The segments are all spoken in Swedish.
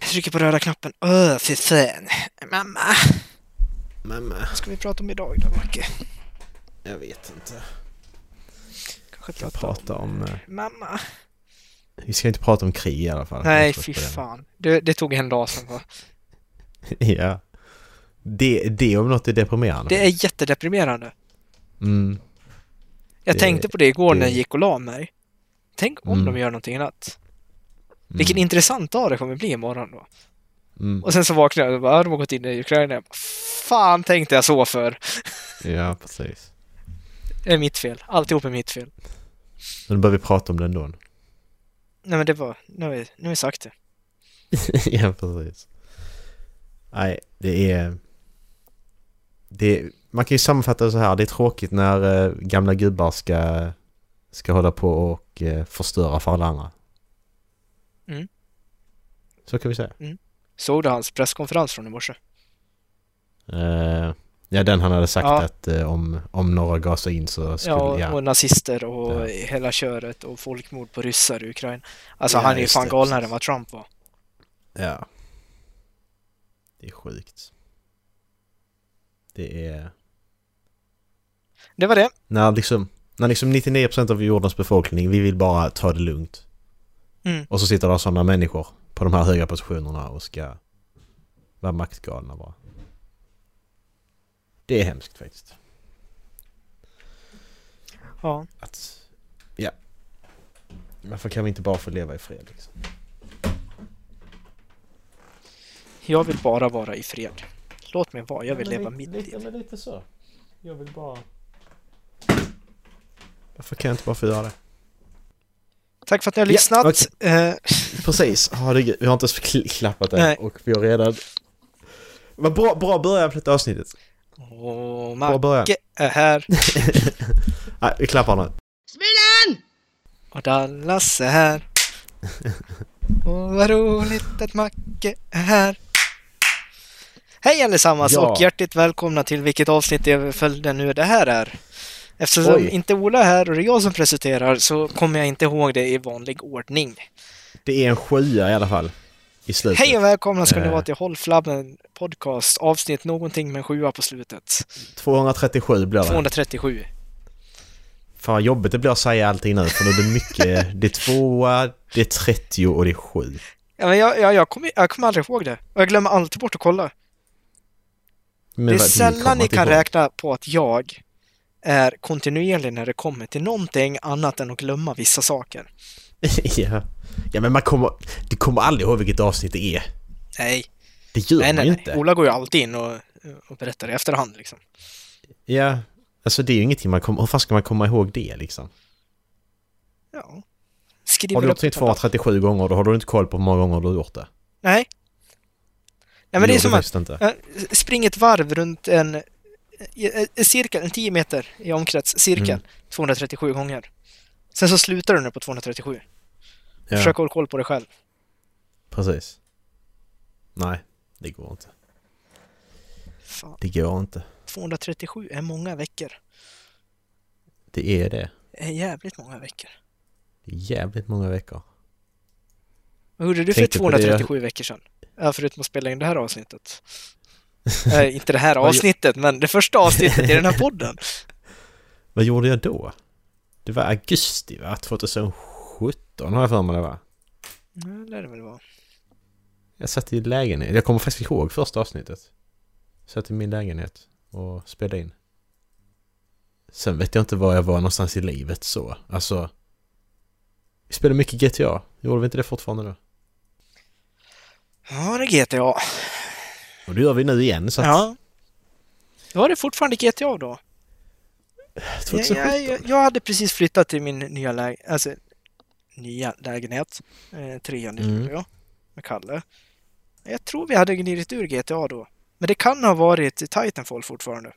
Jag trycker på röda knappen. Öh, fy fan. Mamma. Mamma, Vad ska vi prata om idag då, Macke? jag vet inte. Kanske Vi ska prata om... prata om... eh, Mamma. Vi ska inte prata om krig i alla fall. Nej, Jag tror fy på det. fan. Det, det tog en dag sen va? ja. Det, det om något är deprimerande. Det är jättedeprimerande. Mm. Jag Det- tänkte på det igår när jag det- gick och la mig. Tänk om Mm. de gör någonting annat. Mm. Vilken intressant dag det kommer bli imorgon då. mm. Och sen så vaknade jag och bara, "Ja, de har gått in i Ukraina. Jag bara, Fan tänkte jag så för. Ja, precis. Det är mitt fel. Alltihop är mitt fel. Men då börjar vi prata om den då. Nej men det var, nu har vi, nu har vi sagt det. ja, precis. Nej, det är... Det är... Man kan ju sammanfatta det så här. Det är tråkigt när eh, gamla gubbar ska, ska hålla på och eh, förstöra för alla andra. Mm. Så kan vi säga. Såg du hans presskonferens från i morse? Eh, ja, den han hade sagt Ja. att eh, om, om några gasar in så skulle... Ja, Ja, och, och nazister och Ja. hela köret och folkmord på ryssar i Ukraina. Alltså Ja, han är ju just fan det, galnare precis. än vad Trump var. ja. Det är sjukt. Det är... Det var det. När liksom, när liksom 99% av jordens befolkning, vi vill bara ta det lugnt. Mm. Och så sitter det sådana människor på de här höga positionerna och ska vara maktgalna bara. Det är hemskt faktiskt. Ja. Att, ja. Varför kan vi inte bara få leva i fred liksom? Jag vill bara vara i fred. Låt mig vara, jag vill leva mitt liv. men lite så. Jag vill bara... Varför kan jag inte bara få göra det? Tack för att ni har Ja, lyssnat. Eh, Precis, herregud, vi har inte ens kl- klappat Nej. den och vi har redan... Vad bra, bra början på detta avsnittet. och Bra början. Macke är här. Nej, vi klappar nu. Och Dallas är här. Och vad roligt att Macke är här. Hej allesammans Ja. och hjärtligt välkomna till vilket avsnitt i följden nu det här är. Eftersom Oj. inte Ola är här och det är jag som presenterar så kommer jag inte ihåg det i vanlig ordning. Det är en sjua i alla fall. I slutet. Hej och välkomna ska ni Eh. vara till Håll Flabben Podcast avsnitt någonting med en sjua på slutet. 237 blir det. 237. Fan vad jobbigt det blir att säga allting nu för nu är det mycket. Det är tvåa, det är 30 och det är sju. Ja, men jag, jag, jag, kommer, jag kommer aldrig ihåg det. Och jag glömmer alltid bort att kolla. Men det är vad- kommer sällan ni inte kan ihåg. räkna på att jag är kontinuerlig när det kommer till någonting annat än att glömma vissa saker. ja. ja, men man kommer... Du kommer aldrig ihåg vilket avsnitt det är. Nej, Det gör nej, man nej, ju nej. inte. Ola går ju alltid in och, och berättar i efterhand liksom. Ja, alltså det är ju ingenting man kommer... Hur fan ska man komma ihåg det liksom? Ja. Skriver Har du upp gjort det på en lapp. 237 gånger då har du inte koll på hur många gånger du har gjort det. Nej. Nej, men det är gjorde som du att faktiskt inte. Ja, Spring ett varv runt en, eh, eh, cirkel, en 10 meter i omkrets, cirkel, Mm. 237 gånger. Sen så slutar du nu på 237. Ja, Försök hålla koll på dig själv. precis. Nej, det går inte. Fan, Det går inte. 237 är många veckor. Det är det. Det är jävligt många veckor. Det är jävligt många veckor. Vad gjorde du för Tänkte på det. 237 veckor sedan? Ja, förutom att spela in det här avsnittet. Nej, inte det här avsnittet, men det första avsnittet i den här podden. Vad gjorde jag då? Det var augusti va? 2017 har jag för mig det va? Ja, det lär det väl vara. Jag satt i lägenhet. Jag kommer faktiskt ihåg första avsnittet. Satt i min lägenhet och spelade in. Sen vet jag inte var jag var någonstans i livet så. Alltså. Vi spelade mycket GTA. Gjorde vi inte det fortfarande då? Ja, det är GTA. Och det gör vi nu igen så att... Ja. Var det fortfarande GTA då? 2017. Jag, jag, jag hade precis flyttat till min nya lägenhet, alltså nya lägenhet, eh, trean i Mm. Luleå, med Kalle. Jag tror vi hade gnidit ur GTA då. Men det kan ha varit Titanfall fortfarande.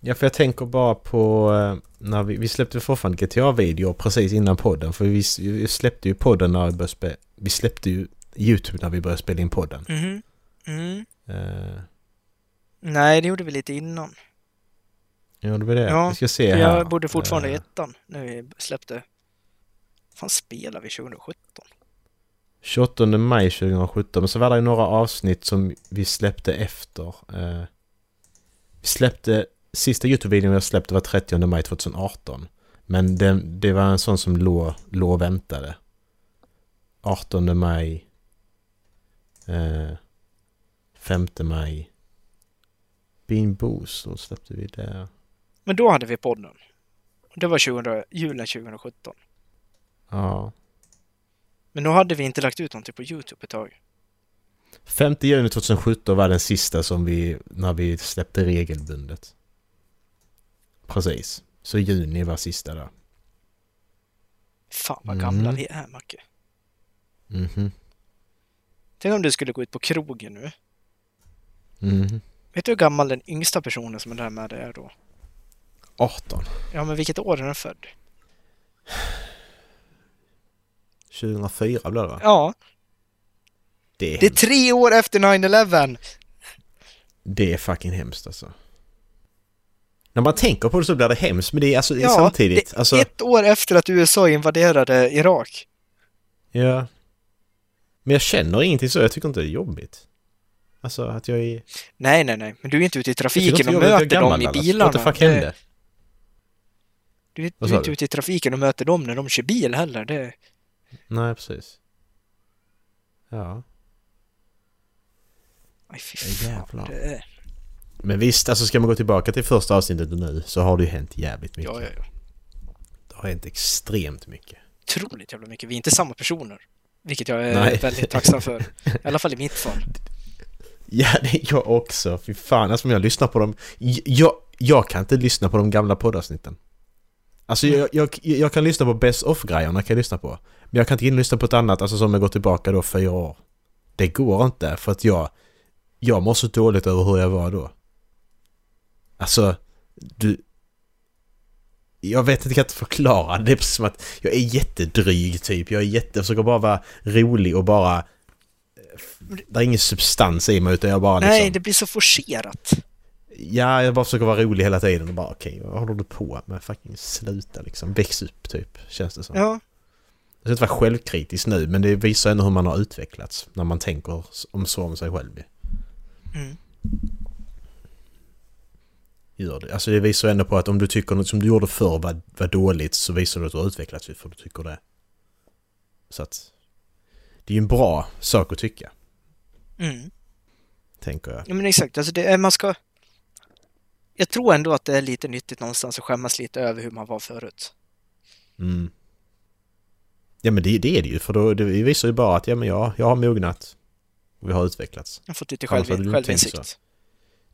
Ja, för jag tänker bara på eh, när vi, vi släppte fortfarande GTA-videor precis innan podden. För vi, s- vi släppte ju podden när vi började spela... Vi släppte ju YouTube när vi började spela in podden. Mhm. Mm. Eh, Nej, det gjorde vi lite innan. ja, det var det. Ja, vi ska se För här. jag bodde fortfarande i Eh, ettan när vi släppte. fan spelade vi 2017? 28 maj 2017. Men så var det ju några avsnitt som vi släppte efter. Eh, vi släppte... Sista YouTube-videon jag släppte var 30 maj 2018. Men det, det var en sån som låg, låg och väntade. 18 maj... Eh, 5 maj... Bean Boozled släppte vi där. Men då hade vi podden. Det var 2000, julen 2017. Ja. Men då hade vi inte lagt ut någonting på Youtube ett tag. 5 juni 2017 var den sista som vi, när vi släppte regelbundet. Precis. Så juni var sista där. Fan vad Mm. gamla vi är, Macke. Mhm. Tänk om du skulle gå ut på krogen nu. Mhm. Vet du hur gammal den yngsta personen som är där med dig är då? 18. Ja, men vilket år är den född? 2004 blev det va? Ja, Det är, det är det... tre år efter 9-11! det är fucking hemskt alltså. När man tänker på det så blir det hemskt men det är alltså det är Ja, samtidigt. det är alltså, ett år efter att USA invaderade Irak. Ja. Men jag känner ingenting så. Jag tycker inte det är jobbigt. Alltså att jag är... Nej, nej, nej, men du är inte ute i Jag tycker inte trafiken och jobbigt att jag är möter gammal, dem i Dallas. bilarna. What the fuck Det- hände? Du, är- Vad du är sa inte du? ute i trafiken och möter dem när de kör bil heller. Det, Nej, precis. Ja. aj, fy Ja, jävlar. fan. Det är, Men visst, alltså ska man gå tillbaka till första avsnittet nu så har det ju hänt jävligt mycket. ja, ja, ja. Det har hänt extremt mycket. Otroligt jävla mycket. Vi är inte samma personer. Vilket jag är Nej. väldigt tacksam för. I alla fall i mitt fall. Ja, det är jag också. Fy fan, alltså om jag lyssnar på dem... J- Jag, jag kan inte lyssna på de gamla poddavsnitten. Alltså jag, jag, jag kan lyssna på Best of-grejerna kan jag lyssna på. Men jag kan inte lyssna på ett annat, alltså som jag går tillbaka då fyra år. Det går inte för att jag... Jag mår så dåligt över hur jag var då. Alltså, du... Jag vet inte, jag kan inte förklara. Det är precis som att jag är jättedryg typ. Jag är jätte... försöker bara vara rolig och bara... eh, Det är ingen substans i mig utan jag bara Nej, liksom... det blir så forcerat. Ja, jag bara försöker vara rolig hela tiden och bara okej, vad håller du på med? Fucking sluta liksom. Väx upp typ, känns det som. Ja, Jag ska inte vara självkritisk nu, men det visar ändå hur man har utvecklats när man tänker om så om sig själv. Mm. Gör det. Alltså det visar ändå på att om du tycker något som du gjorde förr var, var dåligt så visar det att du har utvecklats för du tycker det. Så att... Det är ju en bra sak att tycka, mm. tänker jag. ja men exakt. Alltså det är, man ska... Jag tror ändå att det är lite nyttigt någonstans att skämmas lite över hur man var förut. Mm. Ja men det, det är det ju, för då, det visar ju bara att ja, men jag, jag har mognat. Och vi har utvecklats. Jag har fått lite Annars hade själv, du inte tänkt självinsikt.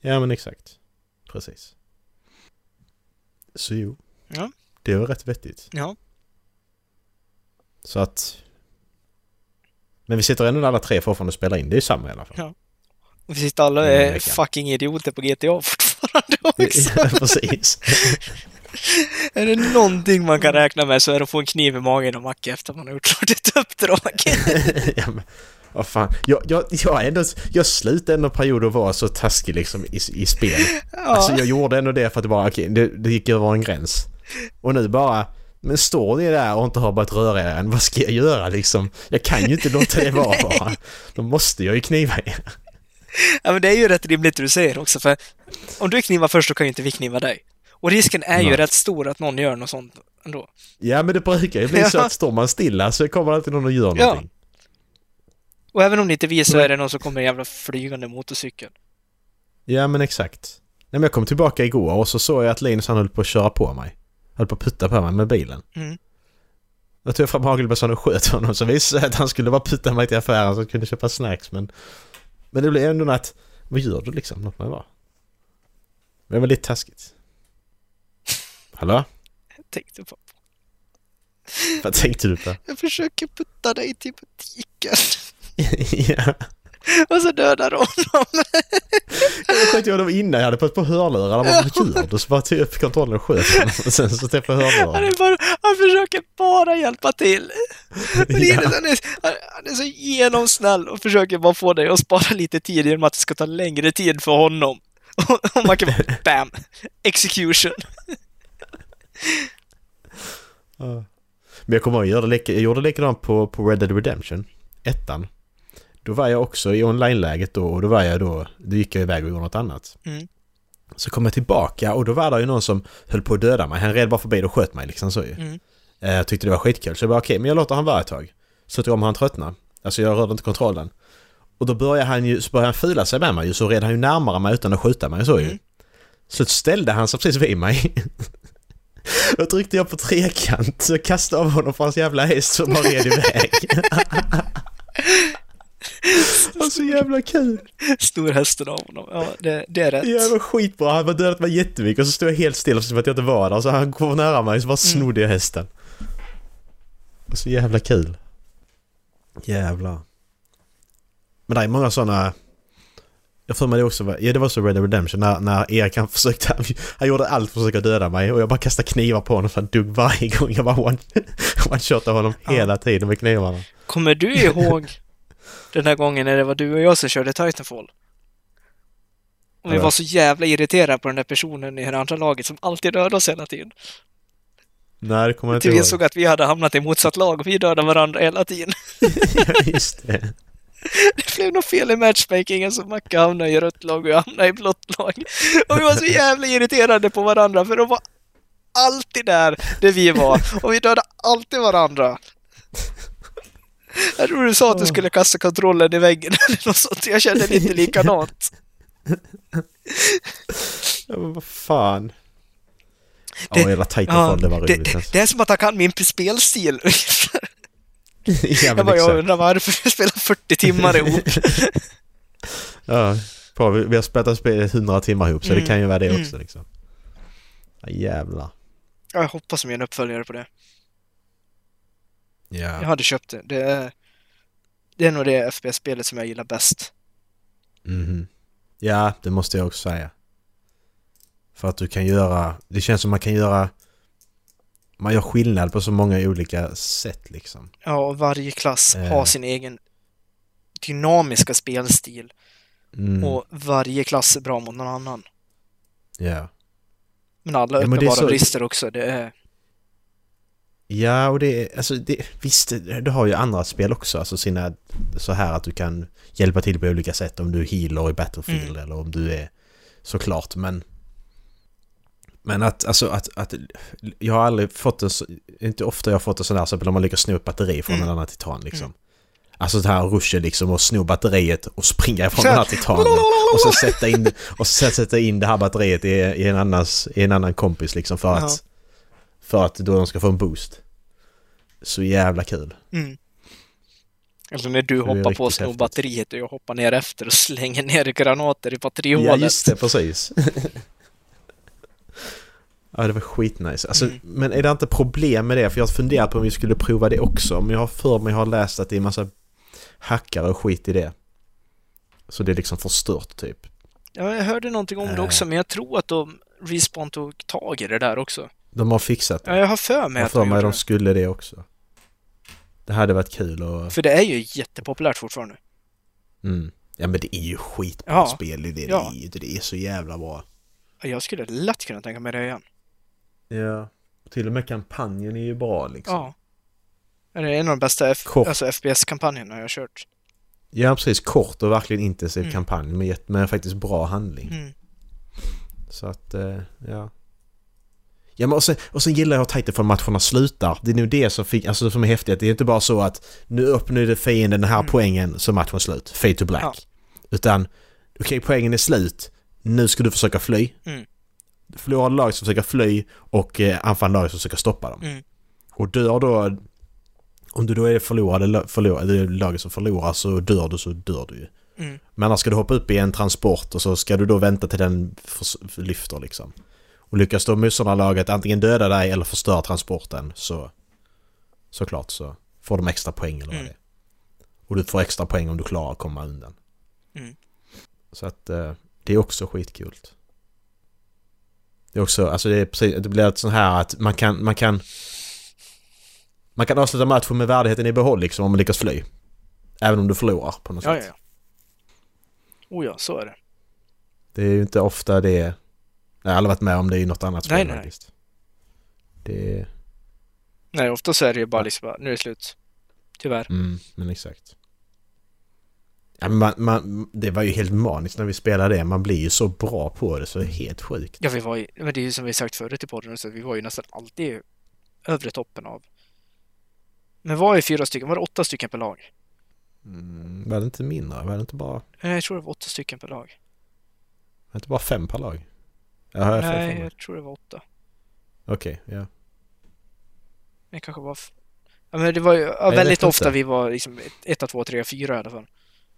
Ja men exakt. Precis. Så jo. Ja. Det var rätt vettigt. Ja. Så att... Men vi sitter ändå alla tre fortfarande och spelar in. Det är ju samma i alla fall. Ja, Och vi sitter alla och Mm, är verkligen. fucking idioter på GTA fortfarande också. precis. är det någonting man kan räkna med så är det att få en kniv i magen och macka efter man har gjort klart ett uppdrag. ja, men, vad fan. Jag, jag, jag, är ändå, jag slutade ändå en period att vara så taskig liksom i, i spel. Ja. Alltså jag gjorde ändå det för att det bara, okej, det, det gick över en gräns. Och nu bara, men står ni där och inte har börjat röra er än, vad ska jag göra liksom? Jag kan ju inte låta det vara bara. Då måste jag ju kniva er. Ja, men det är ju rätt rimligt det du säger också, för om du knivar först så kan ju inte vi kniva dig. Och risken är ju Nej. rätt stor att någon gör något sånt ändå. Ja men det brukar ju bli så att står man stilla så kommer alltid någon och gör Ja. någonting. Och även om det inte är vi så är det någon som kommer i en jävla flygande motorcykel. Ja men exakt. Nej men jag kom tillbaka igår och så såg jag att Linus han höll på att köra på mig. Höll på att putta på mig med bilen. Mm. Då tog jag fram hagelbössan och sköt honom så visade det sig att han skulle bara putta mig till affären så att jag kunde köpa snacks men... Men det blev ändå att... Vad gör du liksom? Låt mig vara. Men det var lite taskigt. Hallå? Jag tänkte på. Vad tänkte du på? Jag försöker putta dig till butiken. ja. Och så dödar de honom. Jag sköt ju honom innan jag hade fått på hörlurar. Han bara, vad gör du? Så bara tog jag upp kontrollen och sköt honom. Och sen så träffade jag Han, hörlurarna. är bara, han försöker bara hjälpa till. Ja. Linus, Han, är, han, han är så genomsnäll och försöker bara få dig att spara lite tid genom att det ska ta längre tid för honom. Och, och man kan bara, bam! Execution. Ja. Men jag kommer ihåg, jag gjorde lik- jag gjorde likadant på, på Red Dead Redemption. ettan. Då var jag också i online-läget då och då var jag då, då gick jag iväg och gjorde något annat. Mm. Så kom jag tillbaka och då var det ju någon som höll på att döda mig. Han red bara förbi och sköt mig liksom så ju. Mm. Eh, Jag tyckte det var skitkul så jag bara okej, men jag låter han vara ett tag. Så tror om han tröttnar. Alltså jag rörde inte kontrollen. Och då började han ju, så började han fila sig med mig ju, så red han ju närmare mig utan att skjuta mig så ju. Mm. Så ställde han sig precis vid mig. Då tryckte jag på trekant, så jag kastade av honom från hans jävla häst som bara red iväg. Det var så jävla kul! Snor hästen av honom. Ja, det, det är rätt. Ja, det var skitbra. Han var dödat mig jättemycket och så stod jag helt still som att jag inte var där. Så han kom nära mig så bara snodde jag hästen. Det var Så jävla kul. Jävlar. Men det är många sådana... Jag får mig det också var... Ja, det var så Red Dead Redemption när, när Erik han försökte... Han, han gjorde allt för att försöka döda mig och jag bara kastade knivar på honom så han dog varje gång. Jag bara one- one-shotade honom Ja. hela tiden med knivarna. Kommer du ihåg den här gången när det var du och jag som körde Titanfall? Och vi Ja. var så jävla irriterade på den där personen i det andra laget som alltid dödade oss hela tiden. Nej, det kommer jag inte Till vi ihåg. insåg att vi hade hamnat i motsatt lag och vi dödade varandra hela tiden. Just det. Det blev något fel i matchmakingen så Macke hamnade i rött lag och jag hamnade i blått lag. Och vi var så jävla irriterade på varandra för de var alltid där, där vi var. Och vi dödade alltid varandra. Jag tror du sa att du skulle kasta kontrollen i väggen eller något sånt. Jag kände lite likadant. Ja, men vad fan. Det- Ja, hela Titanfall, det var roligt det, alltså. det är som att han kan min spelstil. ja, Jag men bara, jag exakt. undrar varför vi spelar 40 timmar ihop. Ja, bra, vi, vi har spelat spelet 100 timmar ihop så Mm. det kan ju vara det Mm. också liksom. Ja, jävlar. Jag hoppas de gör en uppföljare på det. Jag Ja. hade köpt det. Det är, det är nog det FPS-spelet som jag gillar bäst. Mhm. Ja, det måste jag också säga. För att du kan göra, det känns som man kan göra, man gör skillnad på så många olika sätt liksom. Ja, och varje klass Eh. har sin egen dynamiska spelstil Mm. och varje klass är bra mot någon annan. Ja. Men alla Ja, men det är uppenbara så- brister också. Det är... Ja, och det är, alltså det, visst, det det har ju andra spel också, alltså sina, så här att du kan hjälpa till på olika sätt om du healer i Battlefield Mm. eller om du är, såklart, men men att, alltså att, att, jag har aldrig fått en, så- inte ofta jag har fått en sån där, så när man lyckas sno ett batteri från Mm. en annan titan liksom. Mm. Alltså det här ruschen liksom och sno batteriet och springa ifrån den här titanen. Och sen sätta in, och sen sätta in det här batteriet i, i, en, annans, i en annan kompis liksom för att, Ja. för att då de ska få en boost. Så jävla kul. Mm. Eller när du är hoppar på riktigt häftigt. snowbatteriet och jag hoppar ner efter och slänger ner granater i batterihålet. Ja just det, precis. ja det var skitnice. Alltså, Mm. Men är det inte problem med det? För jag har funderat på om vi skulle prova det också. Men jag har för mig har läst att det är massa hackare och skit i det. Så det är liksom förstört typ. Ja, jag hörde någonting om det Eh. också, men jag tror att de Respawn tog tag i det där också. De har fixat det. Ja, jag har för mig Jag har att för de mig gjorde de det. skulle det också. Det hade varit kul och... För det är ju jättepopulärt fortfarande. Mm. Ja men det är ju skitbra Ja. spel. Det är, det, Ja. det, är, ju- det är så jävla bra. Ja, Jag skulle lätt kunna tänka mig det igen. Ja. Till och med kampanjen är ju bra liksom. Ja. Det är en av de bästa F- Kort. alltså FPS-kampanjerna jag har kört. Ja precis, kort och verkligen intensiv Mm. kampanj med, jätte- med faktiskt bra handling. Mm. Så att, eh, ja. Ja men och sen, och sen gillar jag hur Titanfall-matcherna slutar. Det är nog det som, fick, alltså, som är häftigt. Det är inte bara så att nu uppnådde fienden den här Mm. poängen så matchen är slut. Fade to black. Utan, okej poängen är slut. Nu ska du försöka fly. Mm. Förlorar lag som försöker fly och eh, anfall lag som försöker stoppa dem. Mm. Och dör då... Om du då är det förlorade, la- förlorade det är laget som förlorar så dör du så dör du ju. Mm. Men annars ska du hoppa upp i en transport och så ska du då vänta till den förs- lyfter liksom. Och lyckas då motståndarlaget antingen döda dig eller förstöra transporten så såklart så får de extra poäng eller vad Mm. det är. Och du får extra poäng om du klarar att komma undan. Mm. Så att eh, det är också skitkul. Det är också, alltså det är precis, det blir ett sånt här att man kan, man kan man kan avsluta matchen med värdigheten i behåll liksom om man lyckas fly. Även om du förlorar på något Ja, sätt. ja, ja. Oh ja, så är det. Det är ju inte ofta det... Nej, jag har aldrig varit med om det i något annat spel Nej, nej. faktiskt. Det är... Nej, ofta så är det ju bara liksom, bara, nu är det slut. Tyvärr. Mm, men exakt. Ja, men man, man, det var ju helt maniskt när vi spelade det. Man blir ju så bra på det så det är helt sjukt. Ja, vi var ju, men det är ju som vi sagt förut i podden, så att vi var ju nästan alltid övre toppen av. Men var ju fyra stycken, var det åtta stycken per lag? Mm, var det inte mindre? Var det inte bara, var Eh, Jag tror det var åtta stycken per lag. det inte bara fem per lag? Ja, har jag fel för Nej, mig? jag tror det var åtta. Okej, ja. Det kanske var... f- Ja, men det var ju ja, vet väldigt inte. ofta vi var liksom ett- etta, två, tre, fyra i alla fall.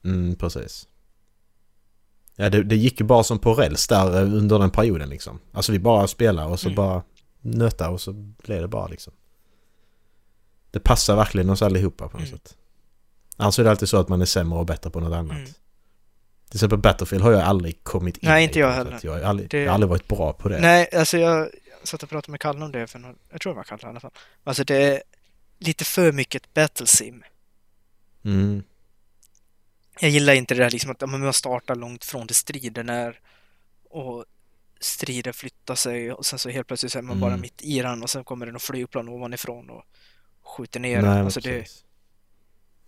Mm, precis. Ja, det, det gick ju bara som på räls där eh, under den perioden liksom. Alltså vi bara spelade och så Mm. bara nöta och så blev det bara liksom. Det passar verkligen oss allihopa på något Mm. sätt. Annars är det alltid så att man är sämre och bättre på något annat. Mm. Till exempel Battlefield har jag aldrig kommit in Nej, i inte på jag något heller. sätt. Jag har, ju aldrig, Det- jag har aldrig varit bra på det. Nej, alltså jag satt och pratade med Kalle om det för någon, jag tror det var Kalle i alla fall. Alltså det är lite för mycket ett battle sim. Mm. Jag gillar inte det där liksom att ja, men man startar långt från där striden är och strider flyttar sig och sen så helt plötsligt så är man bara Mm. mitt i den och sen kommer det någon flygplan ovanifrån och skjuter ner Nej, den. men Alltså det, precis.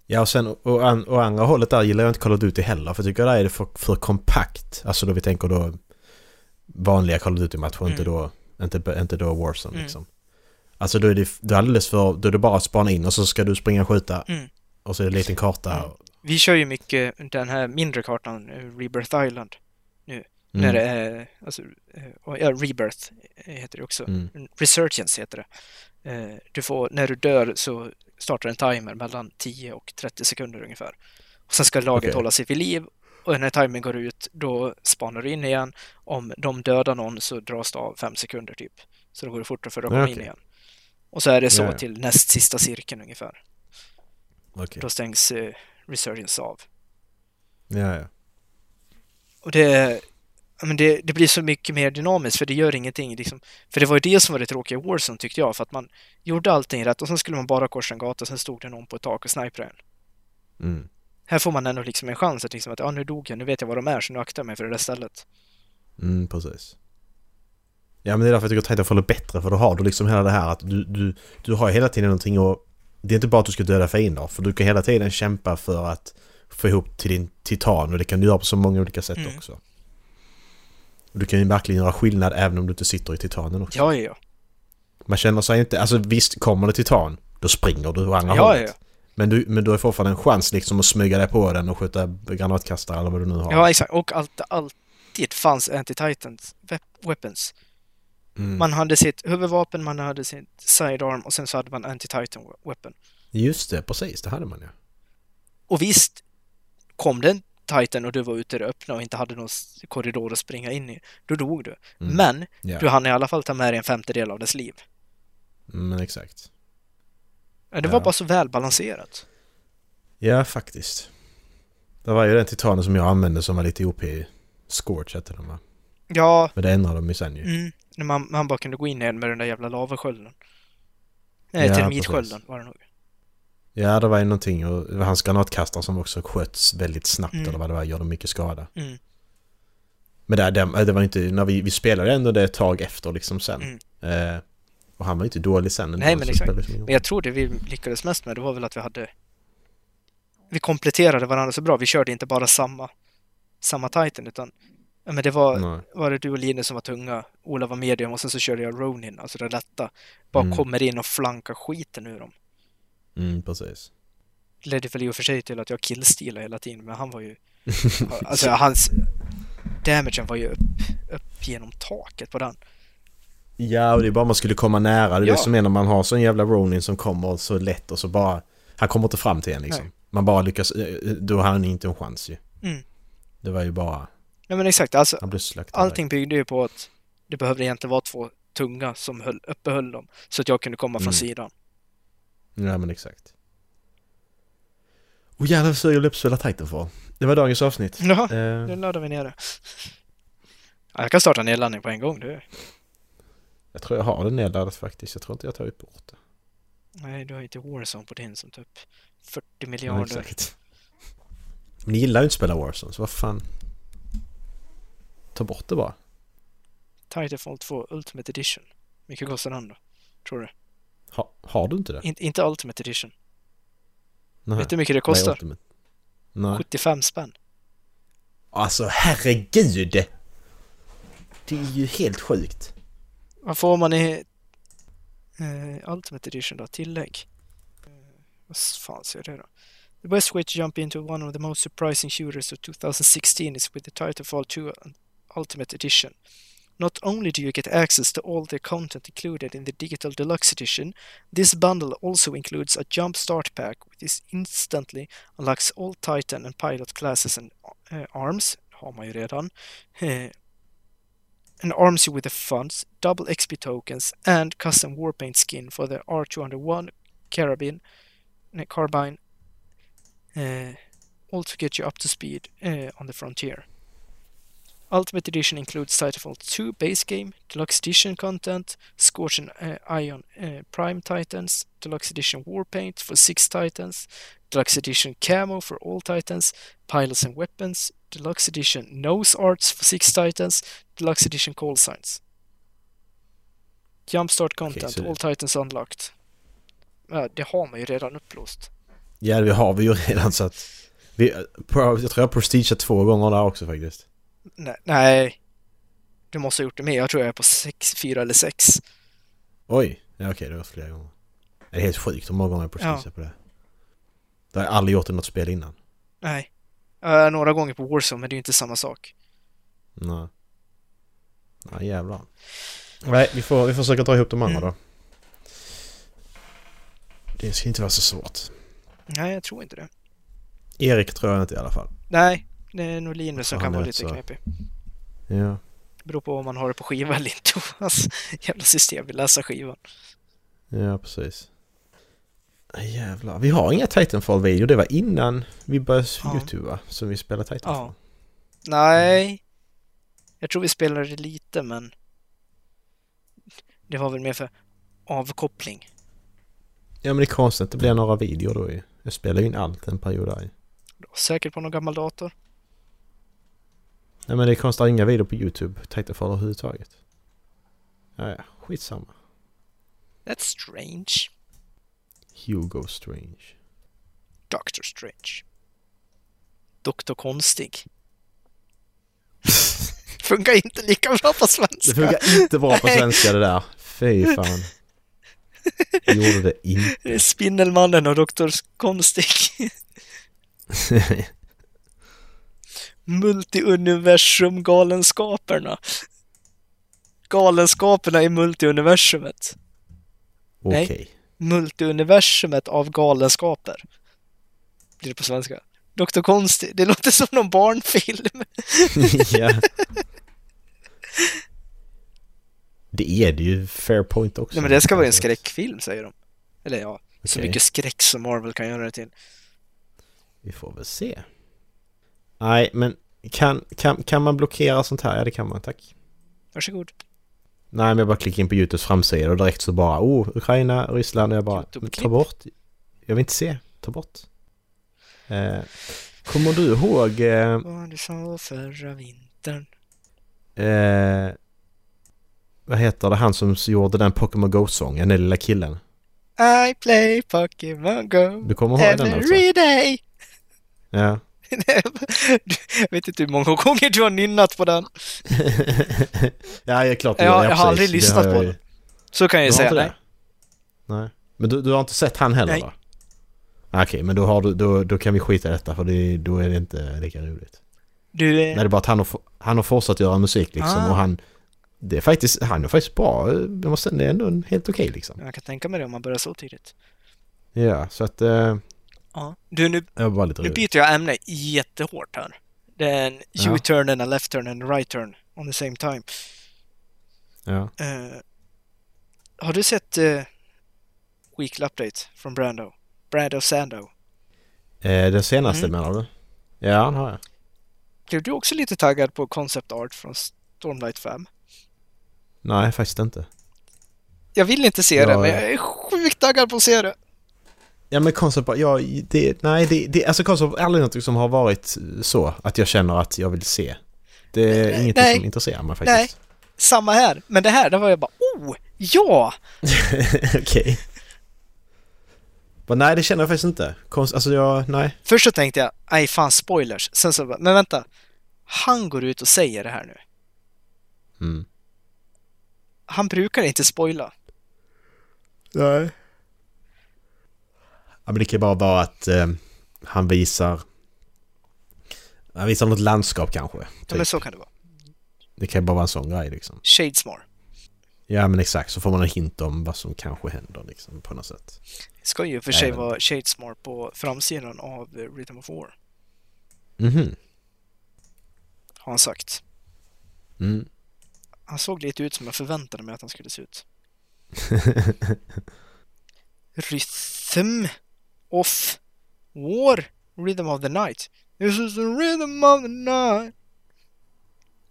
Ja, och sen å, an, å andra hållet där gillar jag inte Call of Duty heller. För jag tycker där är det för, för kompakt. Alltså då vi tänker då vanliga Call of Duty-matcher, inte, Mm. då, inte, inte då Warzone Mm. liksom. Alltså då är, det, då är det alldeles för... Då är det bara att spana in och så ska du springa och skjuta. Mm. Och så är det en liten karta. Mm. och- vi kör ju mycket den här mindre kartan, eh, Rebirth Island. Mm. När det är, alltså, eh, och- ja, Rebirth eh, heter det också. Mm. Resurgence heter det. Eh, Du får, när du dör så startar en timer mellan 10 och 30 sekunder ungefär. Och sen ska laget Okej. hålla sig vid liv och när timern går ut då spanar du in igen. Om de dödar någon så dras det av 5 sekunder typ. Så då går det fortare för att komma Ja, in okej. igen. Och så är det så Ja, ja. till näst sista cirkeln ungefär. Okej. Då stängs eh, Resurgence av. Ja, ja. Och det, ja, men det, det blir så mycket mer dynamiskt för det gör ingenting. Liksom. För det var ju det som var det tråkiga i Warzone tyckte jag. För att man gjorde allting rätt och sen skulle man bara korsa en gata och sen stod det någon på ett tak och sniprade en. Mm. Här får man ändå liksom en chans att liksom att ja, nu dog jag, nu vet jag var de är så nu aktar jag mig för det där stället. Mm, precis. Ja, men det är därför jag tycker Titanfall är bättre. För då har du liksom hela det här att du, du, du har hela tiden någonting och Det är inte bara att du ska döda fiender. För du kan hela tiden kämpa för att få ihop till din titan. Och det kan du göra på så många olika sätt Mm. också. Och du kan ju verkligen göra skillnad även om du inte sitter i titanen också. Ja, ja, Man känner sig inte... Alltså visst, kommer det titan, då springer du åt ja. andra ja, hållet. ja. Men, du, men du har fortfarande en chans liksom att smyga dig på den och skjuta granatkastare eller vad du nu har. ja exakt. Och allt, alltid fanns anti-titans wep- weapons. Mm. Man hade sitt huvudvapen, man hade sitt sidearm och sen så hade man anti-titan weapon. Just det, precis. Det hade man ju. Och visst kom det en Titan och du var ute i det öppna och inte hade någon s- korridor att springa in i, då dog du. Mm. Men Ja. du hann i alla fall ta med dig en femtedel av dess liv. Men exakt. Ja, Det var Ja. bara så välbalanserat. Ja, faktiskt. Det var ju den titanen som jag använde som var lite OP. Scorch hette den va? Ja, Men det ändrade de ju sen ju. mm. när man, man bara kunde gå in igen med den där jävla lavaskölden. Nej, Ja, termitskölden precis. var det nog. Ja, det var ju någonting och det var hans granatkastare som också sköts väldigt snabbt Mm. eller vad det var, gjorde mycket skada. Mm. Men det, det, det var ju inte, när vi, vi spelade ändå det ett tag efter liksom sen. Mm. Eh, och han var ju inte dålig sen. ändå, Nej, men så det exakt. spelade liksom ingen Men jag tror det vi lyckades mest med, det var väl att vi hade... Vi kompletterade varandra så bra. Vi körde inte bara samma, samma Titan, utan... Ja, men det var, roll. Nej. var det du och Linus som var tunga, Ola var medium och sen så körde jag Ronin, alltså det lätta. Bara Mm. kommer in och flankar skiten ur dem. Mm, precis. Det ledde väl i och för sig till att jag killstilade hela tiden, men han var ju... alltså hans... Damagen var ju upp, upp genom taket på den. Ja, och det är bara man skulle komma nära. Det är Ja. det som är när man har sån jävla Ronin som kommer så lätt och så bara... Han kommer inte fram till en liksom. Nej. Man bara lyckas... eh, Då har han inte en chans ju. Mm. Det var ju bara... Nej men exakt, alltså Han blev slaktad. allting byggde ju på att det behövde egentligen vara två tunga som höll, uppehöll dem, så att jag kunde komma från Mm. sidan. Ja, men exakt. Och jävlar vad sugen jag blev på att spela Titanfall. Det var dagens avsnitt. Ja, nu Eh, laddar vi ner det. Ja, jag kan starta en nedladdning på en gång, du. jag tror jag har det nedladdat faktiskt. Jag tror inte jag tar bort det. Nej, du har ju inte Warzone på din som typ 40 men miljarder. exakt. Men ni gillar ju inte att spela Warzone, så vad fan. Ta bort det bara. Titanfall 2 Ultimate Edition. Mycket kostar den då? Tror du? Ha, har du inte det? In, inte Ultimate Edition. Nej. Vet du hur mycket det Vad är kostar? Ultimate? Nej. 75 spänn. Alltså herregud! Det är ju helt sjukt. Vad får man i eh, Ultimate Edition då? Tillägg? Eh, vad fan ser det då? The best way to jump into one of the most surprising shooters of 2016 is with the Titanfall 2 Ultimate Edition. Not only do you get access to all the content included in the Digital Deluxe Edition, this bundle also includes a Jump Start Pack which is instantly unlocks all Titan and Pilot classes and eh, arms, har man ju redan, eh, and arms you with the funds, double XP tokens, and custom warpaint skin for the R201 carabine, ne, carbine, uh, all to get you up to speed uh, on the frontier. Ultimate Edition includes Titanfall 2 base game, Deluxe Edition content, Scorch and uh, Ion uh, Prime Titans, Deluxe Edition Warpaint for 6 Titans, Deluxe Edition Camo for all Titans, Pilots and Weapons, Deluxe Edition Nose Arts for 6 Titans, Deluxe Edition Call Signs. Jumpstart content, så det- all Titans unlocked. Ja, det har man ju redan upplåst. Ja, det har vi ju redan så att... Vi, jag tror jag prestigeat två gånger där också faktiskt. Nej, nej. Du måste ha gjort det med. Jag tror jag är på 6, 4 eller 6. Oj! Ja, okej, det var flera gånger. Det är helt sjukt hur många gånger jag prestigeat på det. Det har jag aldrig gjort i något spel innan. Nej. Eh, några gånger på Warzone, men det är ju inte samma sak. Nej. Nej, jävlar. Nej, vi får, vi får försöka dra ihop de andra då. Det ska inte vara så svårt. Nej, jag tror inte det. Erik tror jag inte i alla fall. Nej. Nej, det är nog Linus som Ja, kan han är vara rätt lite så. knepig. Ja. Beror på om man har det på skiva eller inte. Hans jävla system vill läsa skivan. Ja, precis. Ah, Jävlar. Vi har inga Titanfall-videor. Det var innan vi började Ja. YouTube va? Som vi spelade Titanfall. Ja. Nej. Jag tror vi spelade det lite, men... Det var väl mer för avkoppling. Ja. men det är konstigt att det blir några videor då ju. Jag spelar ju in allt en period där ju. Säkert på någon gammal dator. Nej men det är konstigt att inga videor på YouTube. Titanfall överhuvudtaget. Ja, ja. Skitsamma. That's strange. Hugo Strange. Doctor Strange. Doktor Konstig. Funkar inte lika bra på svenska. Det funkar inte bra på svenska det där. Fy fan. Det Gjorde det inte. Det är Eh, Spindelmannen och Doktor Konstig. Multiuniversum-galenskaperna. Galenskaperna i multiuniversumet. Okej. Multiuniversumet av galenskaper. Blir det på svenska. Doktor Konstig. Det låter som någon barnfilm. ja. Det är det ju fair point också. Nej men det ska vara en Alltså, skräckfilm säger de. Eller ja, så Okej. mycket skräck som Marvel kan göra det till. Vi får väl se. Nej, men kan, kan, kan man blockera sånt här? Ja, det kan man. Tack. Varsågod. Nej, men jag bara klickar in på Youtubes framsida och direkt så bara oh, Ukraina, Ryssland och jag bara YouTube-klipp. men ta bort. Jag vill inte se. Ta bort. Eh, kommer du ihåg eh, Vad du sa förra vintern. eh, vad heter det, han som gjorde den Pokémon Go-sången, den lilla killen? I play Pokémon Go Du kommer ihåg den alltså? every day. Ja. Du- Jag vet inte hur många gånger du har nynnat på den. ja, det är klart. Ja, jag har precis. aldrig Det lyssnat jag på ju. den. Så kan jag Du ju har säga. inte Nej. det? Nej. Men du, du har inte sett han heller Nej. då? Okej, men då, har du, då, då kan vi skita i detta för det, då är det inte lika roligt. Du, Nej, eh, det är bara att han har, f- han har fortsatt göra musik liksom Ah. och han... Det är faktiskt, han är faktiskt bra, eh, jag måste säga, det är ändå en- helt okej liksom. jag kan tänka mig det om man börjar så tidigt. Ja, så att... Eh, Ja. Du, nu, jag var bara lite nu roligt. byter jag ämne jättehårt här. Det är en Ja. U-turn and a left turn and a right turn on the same time. Ja. Eh, har du sett uh, Weekly Update från Brando? Brando Sando. Eh, den senaste Mm. menar du? Ja, han har jag. Blev du också lite taggad på Concept Art från Stormlight 5? Nej, faktiskt inte. Jag vill inte se Ja, det, men ja. jag är sjukt taggad på att se det. Ja men koncept, ja det, nej det, det alltså koncept är aldrig något som har varit så att jag känner att jag vill se. Det är Nej, ingenting nej. som intresserar mig faktiskt. Samma här, men det här, där var jag bara oh, ja! Okej. Bara, nej, det känner jag faktiskt inte. Konst, alltså jag, nej. Först så tänkte jag, nej fan spoilers. Sen så bara, men vänta. Han går ut och säger det här nu. Mm. Han brukar inte spoila. Nej. Ja, men det kan ju bara vara att eh, han visar... Han visar något landskap kanske. Ja, Typ. men så kan det vara. Det kan ju bara vara en sån grej liksom. Shadesmore. Ja men exakt, så får man en hint om vad som kanske händer liksom på något sätt. Det ska ju för sig Även. vara Shadesmore på framsidan av eh, Rhythm of War, Mhm. har han sagt. Mm. Han såg lite ut som jag förväntade mig att han skulle se ut. Rhythm of War, Rhythm of the Night. This is the rhythm of the night.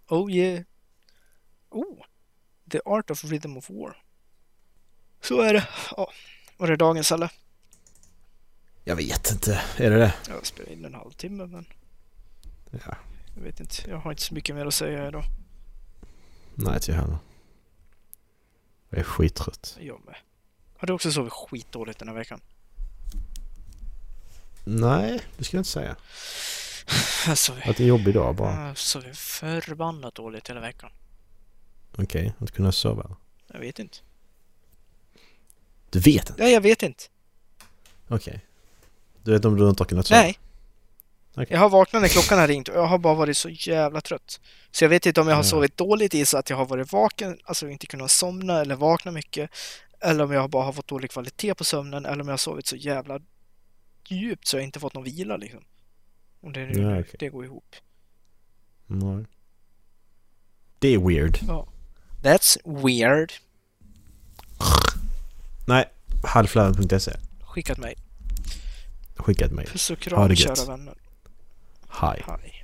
Oh yeah. Oh, The Art of Rhythm of War. Så är det. Ja, var det dagens eller? Jag vet inte, är det det? Jag spelar in en halvtimme men Ja. jag vet inte. Jag har inte så mycket mer att säga idag. Nej, inte jag heller. Jag är skittrött. Jag med. Har du också sovit skitdåligt den här veckan? Nej, det ska jag inte säga. Jag sov Att det är en jobbig dag bara. jag sov Alltså, förbannat dåligt hela veckan. Okej, att kunna sova. Jag vet inte. Du vet inte? Nej, jag vet inte. Okej. Du vet om du inte har kunnat sova? Nej. Okej. Jag har vaknat när klockan har ringt och jag har bara varit så jävla trött. Så jag vet inte om jag har Ja. sovit dåligt i så att jag har varit vaken, alltså inte kunnat somna eller vakna mycket. Eller om jag bara har fått dålig kvalitet på sömnen eller om jag har sovit så jävla djupt så jag inte fått någon vila liksom. Om det nu Ja, okej. det går ihop. Nej. Det är weird. That's weird. Nej, halvflabben.se. Skickat mig. E. Skicka ett mejl. Puss och Ha kram det kära gött. vänner. Hi. Hej.